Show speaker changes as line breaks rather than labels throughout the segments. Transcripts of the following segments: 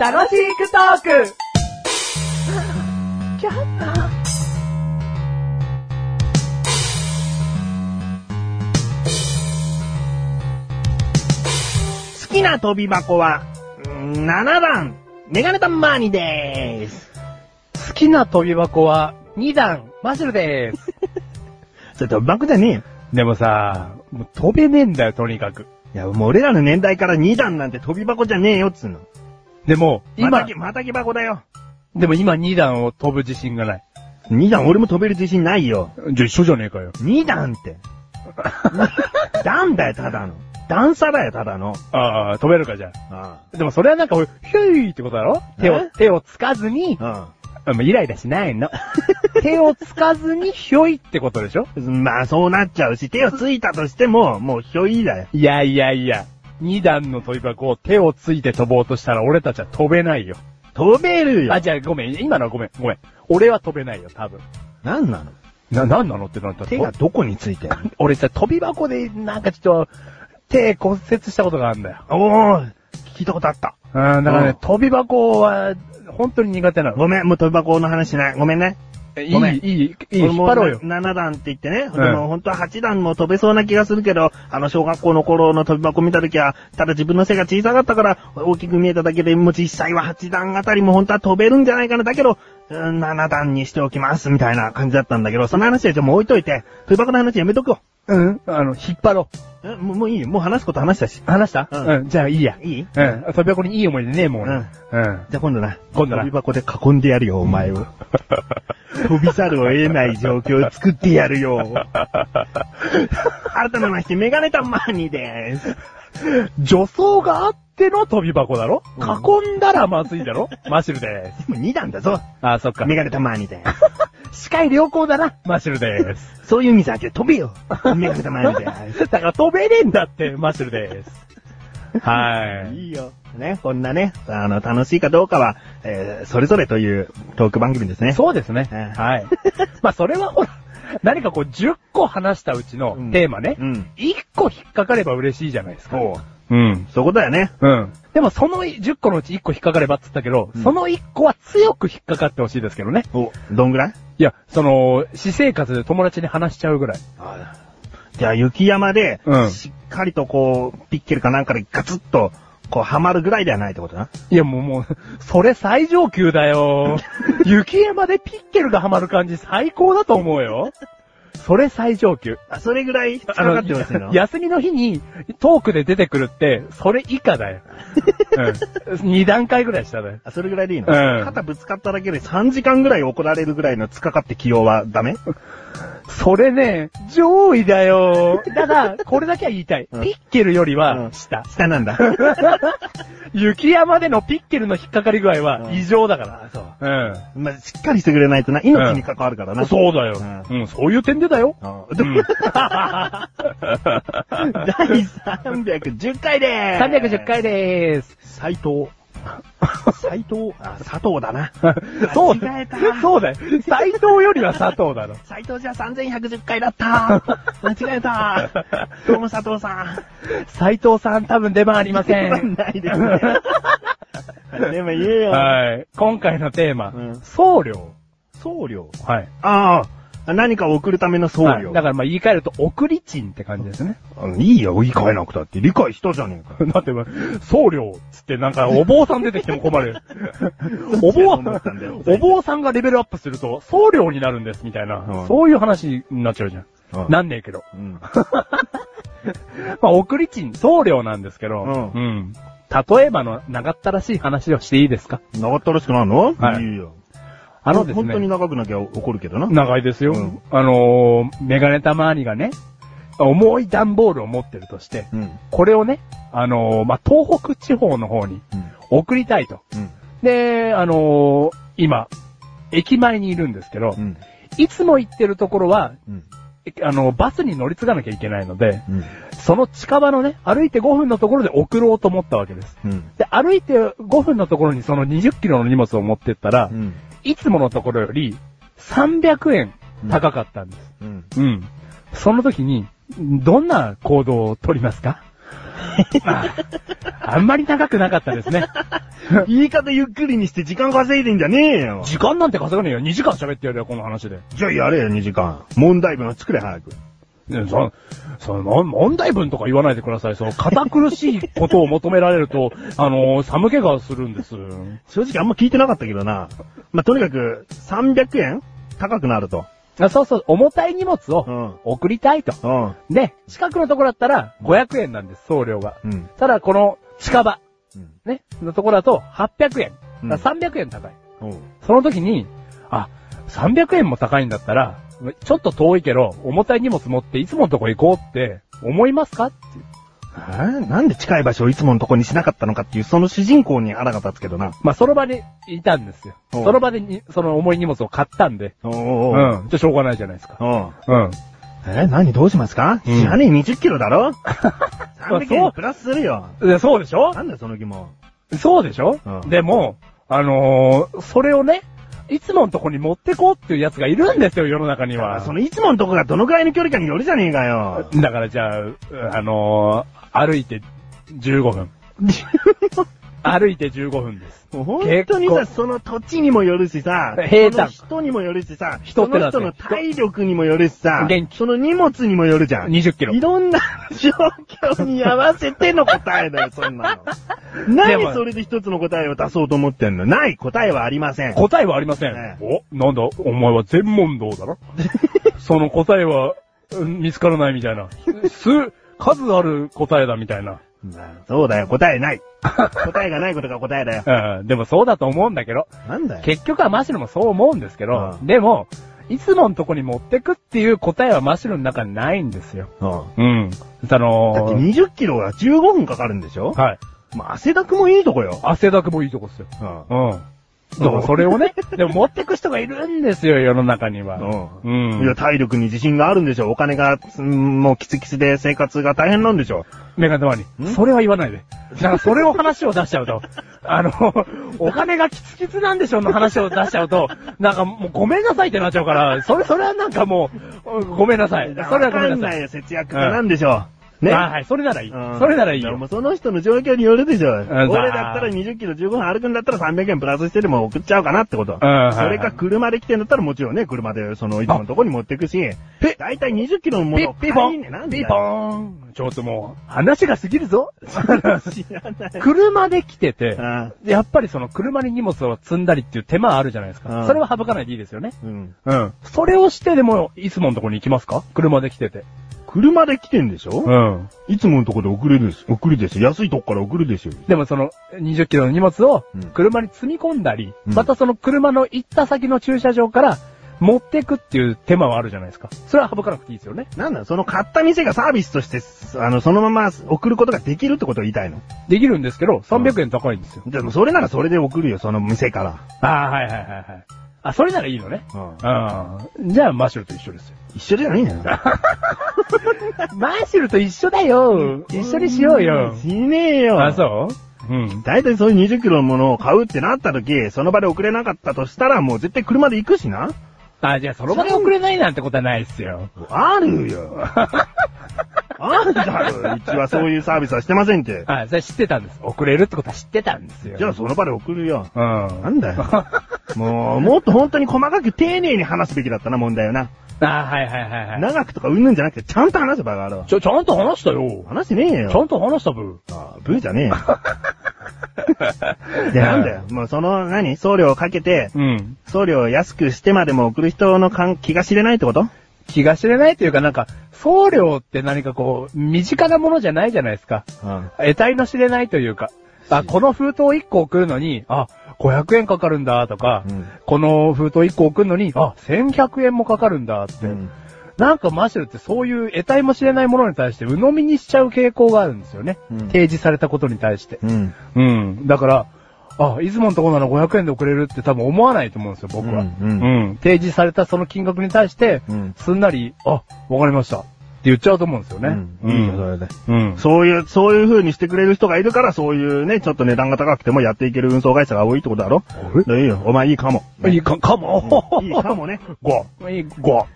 楽しくトーク
好きな飛び箱は、うーん7番、メガネタマーニでーす。
好きな飛び箱は、2段、マシュルです。
それ飛び箱じゃねえよ。
でもさ、もう飛べねえんだよ、とにかく。
いや、もう俺らの年代から2段なんて飛び箱じゃねえよっつうの。
でも、
また
今
ぎ、、またぎ箱だよ。
でも今2段を飛ぶ自信がない。
2段俺も飛べる自信ないよ。
じゃ、一緒じゃねえかよ。
2段 って。段だよ、ただの。段差だよ、ただの。
ああ、飛べるか、じゃ
あ
あ。でもそれはなんか、ヒュイってことだろ手を
え、
手をつかずに、
あ。
あもうイライラしないの。 手をつかずに、ヒョイってことでしょ
うん。まあ、そうなっちゃうし、手をついたとしても、もうひょいだよ。
いやいやいや。2段の飛び箱を手をついて飛ぼうとしたら俺たちは飛べないよ。
飛べるよ
あ、。じゃあごめん。今のはごめん。ごめん。俺は飛べないよ、多分。
なんなの
な、なんなのってなった
手がどこについてる
俺さ、飛び箱で、なんかちょっと、手骨折したことがあるんだよ。
おー、聞いたことあった。
うん、だか
う
ら
ん
ね、飛び箱は、本当に苦手なの。
ごめん、もう飛び箱の話しない。ごめんね。
い
ごめん
い、いい、いい、
俺
引っ
も
張ろうよ。
な7段って言ってね、
うん
でも本当は8段も飛べそうな気がするけど、あの小学校の頃の飛び箱見た時は、ただ自分の背が小さかったから大きく見えただけで、もう実際は8段あたりも本当は飛べるんじゃないかな。だけど、うん7段にしておきます、みたいな感じだったんだけど、その話はじゃあもう置いといて、飛び箱の話やめとくよ。
うん、あの、引っ張ろう。
えもうもういいよ。もう話すこと話したし。
話した
うん
うん、じゃあいいや。
いい
うん、飛び箱にいい思い出ねえもん。うん。
じゃあ今度な。
今度な
飛び箱で囲んでやるよ、お前 を。飛び去るを得ない状況を作ってやる よ。改めまして、メガネタマーニーです。
女装があっての飛び箱だろ
う
囲んだらまずいだ ろマシュルです。
もう2段だぞ。
あ、そっか
メ。ガネタマーニーで
視界良好だな。マシュル です。
す。そういう水あけ飛べ よ。メガネタマーニーです。
だから飛べねえんだって、マシュル です。はい。
いいよ。ね、こんなね、あの、楽しいかどうかは、えーそれぞれというトーク番組ですね。
そうですね。
ええ
はい。まあ、それはほら、何かこう、10個話したうちの
うん
テーマね。
うん。
1個引っかかれば嬉しいじゃないですか。
そう。
うん。
そこだよね。
うん。でも、その10個のうち1個引っかかればって言ったけど、
うん
その1個は強く引っかかってほしいですけどね。
お、どんぐらい
いや、その、私生活で友達に話しちゃうぐらい。
じゃあ、雪山で
う、ん
しっかりとこう、ピッケルかなんかでガツッと、こう、はまるぐらいではないってことな。
いや、もう、もう、 それ最上級 だよ。雪山でピッケルがハマる感じ最高だと思うよ。それ最上級。
あ、それぐらい、かかってますよ。
休みの日にトークで出てくるって、それ以下だ よ。うん。二段階ぐらい下だよ。
あ、それぐらいでいいの、
うん
肩ぶつかっただけで3時間ぐらい怒られるぐらいのつかかって起用はダメ
それね、上位だよ。ただ、これだけは言いたい。
うん
ピッケルより
う
は
ん
下。
下なん だ。
雪山でのピッケルの引っかかり具合
う
は
ん
異常だから。
そう。
う
まあ、しっかりしてくれないとな、命に関わるからな。
ん。そうだよ。うん、そういう点でだよ。
あ
う
で
ん
第310回でーす
310回でーす。。
斎藤。斎藤あ、佐藤だな
そう
間違えた。
そうだよ。斎藤よりは佐藤だろ。
斉藤じゃ3110回だった間違え たどうも佐藤さ
斎藤さん多分出番ありま
ん。
せん。
ないですね。 でも言えよ。
はい。今回のテーマ、
うん
送料。
送料
はい。
ああ、何かを送るための送
はい
料。
だからまあ言い換えると、送り賃って感じですね。
あのいいよ、言い換えなくたって。理解したじゃねえかよ。
だってまあ、送料つってなんかお坊さん出てきても困る。 お坊さ
思ったんだよ
ん、お坊さんがレベルアップすると、送料になるんですみたいな、
うん
そういう話になっちゃうじゃん。
うん
なんねえけど。
うん。
まあ、送り賃、送料なんですけど、
う
うん例えばの長ったらしい話をしていいですか
長ったらしくないの
はい
いよ。
あのですね。
本当に長くなきゃ怒るけどな。
長いですよ。
うん
あのーメガネたまわりがね、重い段ボールを持ってるとして、
うん。うん。
これをね、あのーまあ、東北地方の方に送りたいと。
うん。
で、あのー今、駅前にいるんですけど、
うん。
いつも行ってるところは、
うん。
えあのーバスに乗り継がなきゃいけないので、
うん。
その近場のね、歩いて5分のところで送ろうと思ったわけです。
うん。
で、歩いて5分のところにその20キロの荷物を持ってったら、
うん。
いつものところより300円高かったんです。
うん。
うん。その時に、どんな行動を取りますかまあ、あんまり長くなかったですね。
言い方ゆっくりにして時間稼いでんじゃねえよ。
時間なんて稼がねえよ。2時間喋ってやるよ、この話で。
じゃあやれよ、2時間。問題文を作れ、早く。
ね、そ、その、問題文とか言わないでください。そう、堅苦しいことを求められると、 あの寒気がするんです。
正直あんま聞いてなかったけどな。まあ、とにかく、300円高くなると。
あそうそう、重たい荷物
う
を
ん。
送りたいと。
うん。
で、近くのところだったら500円なんです、送料が。
うん。
ただ、この近場、
うん
ね、のところだと800円。
うん
だから300円高い。
うん。
その時に、あ、300円も高いんだったら、ちょっと遠いけど、重たい荷物持っていつものとこ行こうって思いますかっていう。
あーなんで近い場所をいつものとこにしなかったのかっていう、その主人公に腹が立つけどな。
まあ、その場にいたんですよ。
おう
その場でに、その重い荷物を買ったんで。
おー
う
おー
ん。じゃ、しょうがないじゃないですか。
おー
うん。
えー何どうしますか、
うん
知らねえ20キロだ ろ ?300
そう
円プラスするよ。
でそうでしょ
なんだよその疑問。
そうでしょ、
うん
でも、あのーそれをね、いつものとこに持ってこうっていうやつがいるんですよ、世の中には。
そのいつものとこがどのくらいの距離かによるじゃねえか よ。
だからじゃあ、あのー歩いて15分。歩いて15分です。
もう本当に
結
さ、
構
その土地にもよるしさ、
平坦
その人にもよるしさ、
人っ
そ
てだ
の
って
人の体力にもよるしさ
元、気
その荷物にもよるじゃん。
20キロ
い。ろんな状況に合わせての答え だよ、そんなの。
で
何
も
それで一つの答えを出そうと思ってんのない答えはありません。
答えはありません。
ね
おなんだお前は全問答だろその答えは、うん見つからないみたいな。す、数ある答えだみたいな。
まあそうだよ、答えない。答えがないことが答えだよ。
うん、でもそうだと思うんだけど。
なんだよ。
結局はマシルもそう思うんですけど、
うん
でも、いつものとこに持ってくっていう答えはマシルの中にないんですよ。
うん
うん。あのー
だって20キロが15分かかるんでしょ
はい。
まあ、汗だくもいいとこよ。
汗だくもいいとこっすよ。
うん
うん。だからそれ をね、でも持ってく人がいるんですよ、世の中には。う
いや、
ん。
体力に自信があるんでしょお金が、うんもうキツキツで生活が大変なんでしょ
メガネ玉に。それは言わないで。だからそれを話を出しちゃ うと、あの、お金がキツキツなんでしょの話を出しちゃうと、なんかもうごめんなさいってなっちゃうから、それ、それはなんかもう、ごめんなさい。それは
わ
ごめん
か
なんさい
な。いよ、節約家なんでしょね
あはい、それならいい。
うん
それならいい
で
よ。
もその人の状況によるでしょ。
ん
俺だったら20キロ15分歩くんだったら300円プラスしてでも送っちゃおうかなってこと。
うん
それか車で来てんだったらもちろんね、車でそのいつものとこに持ってくし、
ピ
だいたい20キロのも
ピ
の
ッ
を
ピポ
買いにねな
ン
んだ
ピ
よ
ポンちょっともう、話が過ぎ るぞ
知らない。
車で来てて、
あ
やっぱりその車に荷物を積んだりっていう手間あるじゃないです
う
か。
ん
それは省かないでいいですよね。
うん。
うん。それをしてでも、いつものとこに行きますか車で来てて。
車で来てんでしょ、
ん。
いつものとこで送るです。送るですよ。安いとこから送るですよ。
でもその、20キロの荷物を
うん
車に積み込んだり、
うん
またその車の行った先の駐車場から持ってくっていう手間はあるじゃないですか。それは省かなくていいですよね。
なんだ、その買った店がサービスとして、あの、そのまま送ることができるってことを言いたいの。
できるんですけど、300円高いんですよ。
でもそれならそれで送るよ、その店から。
ああ、はいはいはいはい。あ、それならいいのね。うん。じゃあ、マシュルと一緒ですよ。
一緒じゃないんだよ。
マシュルと一緒だよ一緒にしようよ。
しねえよ。
あ、
う。
そううん。
だいたいそういう20キロのものを買うってなった時、その場で送れなかったとしたら、もう絶対車で行くしな。
あ、じゃあ、その場で送れないなんてことはないっすよ。
ある よ。あるだろ。うちはそういうサービスはしてませんって。
あ、それ知ってたんです。送れるってことは知ってたんですよ。
じゃあその場で送るよ。
あ、う。
なんんだよ。もう、もっと本当に細かく丁寧に話すべきだったな、問題よな。
あ、はいはいはいはい。
長くとかうんぬんじゃなくて、ちゃんと話せばがあるわ。
ちょ、ちゃんと話したよ。
話してねえよ。
ちゃんと話したぶ。
ああ、ブーじゃねえよ。いや、なんだよ。もうその、何送料をかけて、
うん。
送料を安くしてまでも送る人の感気が知れないってこと
気が知れないというか、なんか、送料って何かこう、身近なものじゃないじゃないですか。
うん。
得体の知れないというか、あ、この封筒1個送るのに、あ、500円かかるんだとか、
うん
この封筒1個送るのに、あ、1100円もかかるんだって。なんかマシュルってそういう得体も知れないものに対して鵜呑みにしちゃう傾向があるんですよね。
うん
提示されたことに対して。
うん。
うん。だから、あ、いつものとこなら500円で送れるって多分思わないと思うんですよ、僕は。
うんう
うん提示されたその金額に対して、
うん
すんなり、あ、わかりました。って言っちゃうと思うんですよね。
うん。いいよ、それで。
うん。
そういう、そういう風にしてくれる人がいるから、そういうね、ちょっと値段が高くてもやっていける運送会社が多いってことだろ
れ
いいよ、お前いいかも。
いいか、かも。
いいかもね。
ご。いい、 ご。こ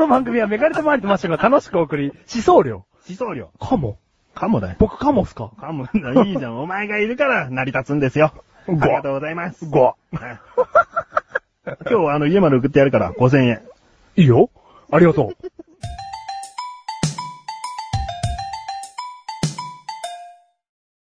の番組はメガネとマリとマッシュが楽しくお送り、思想量。
思想量。
かも。
カモだよ。
僕カモっすか
カモ、いいじゃん。お前がいるから成り立つんですよ。あ
ご
りがとうございます。
?5。
今日はあの家まで送ってやるから、5000円。
いいよ。ありがとう。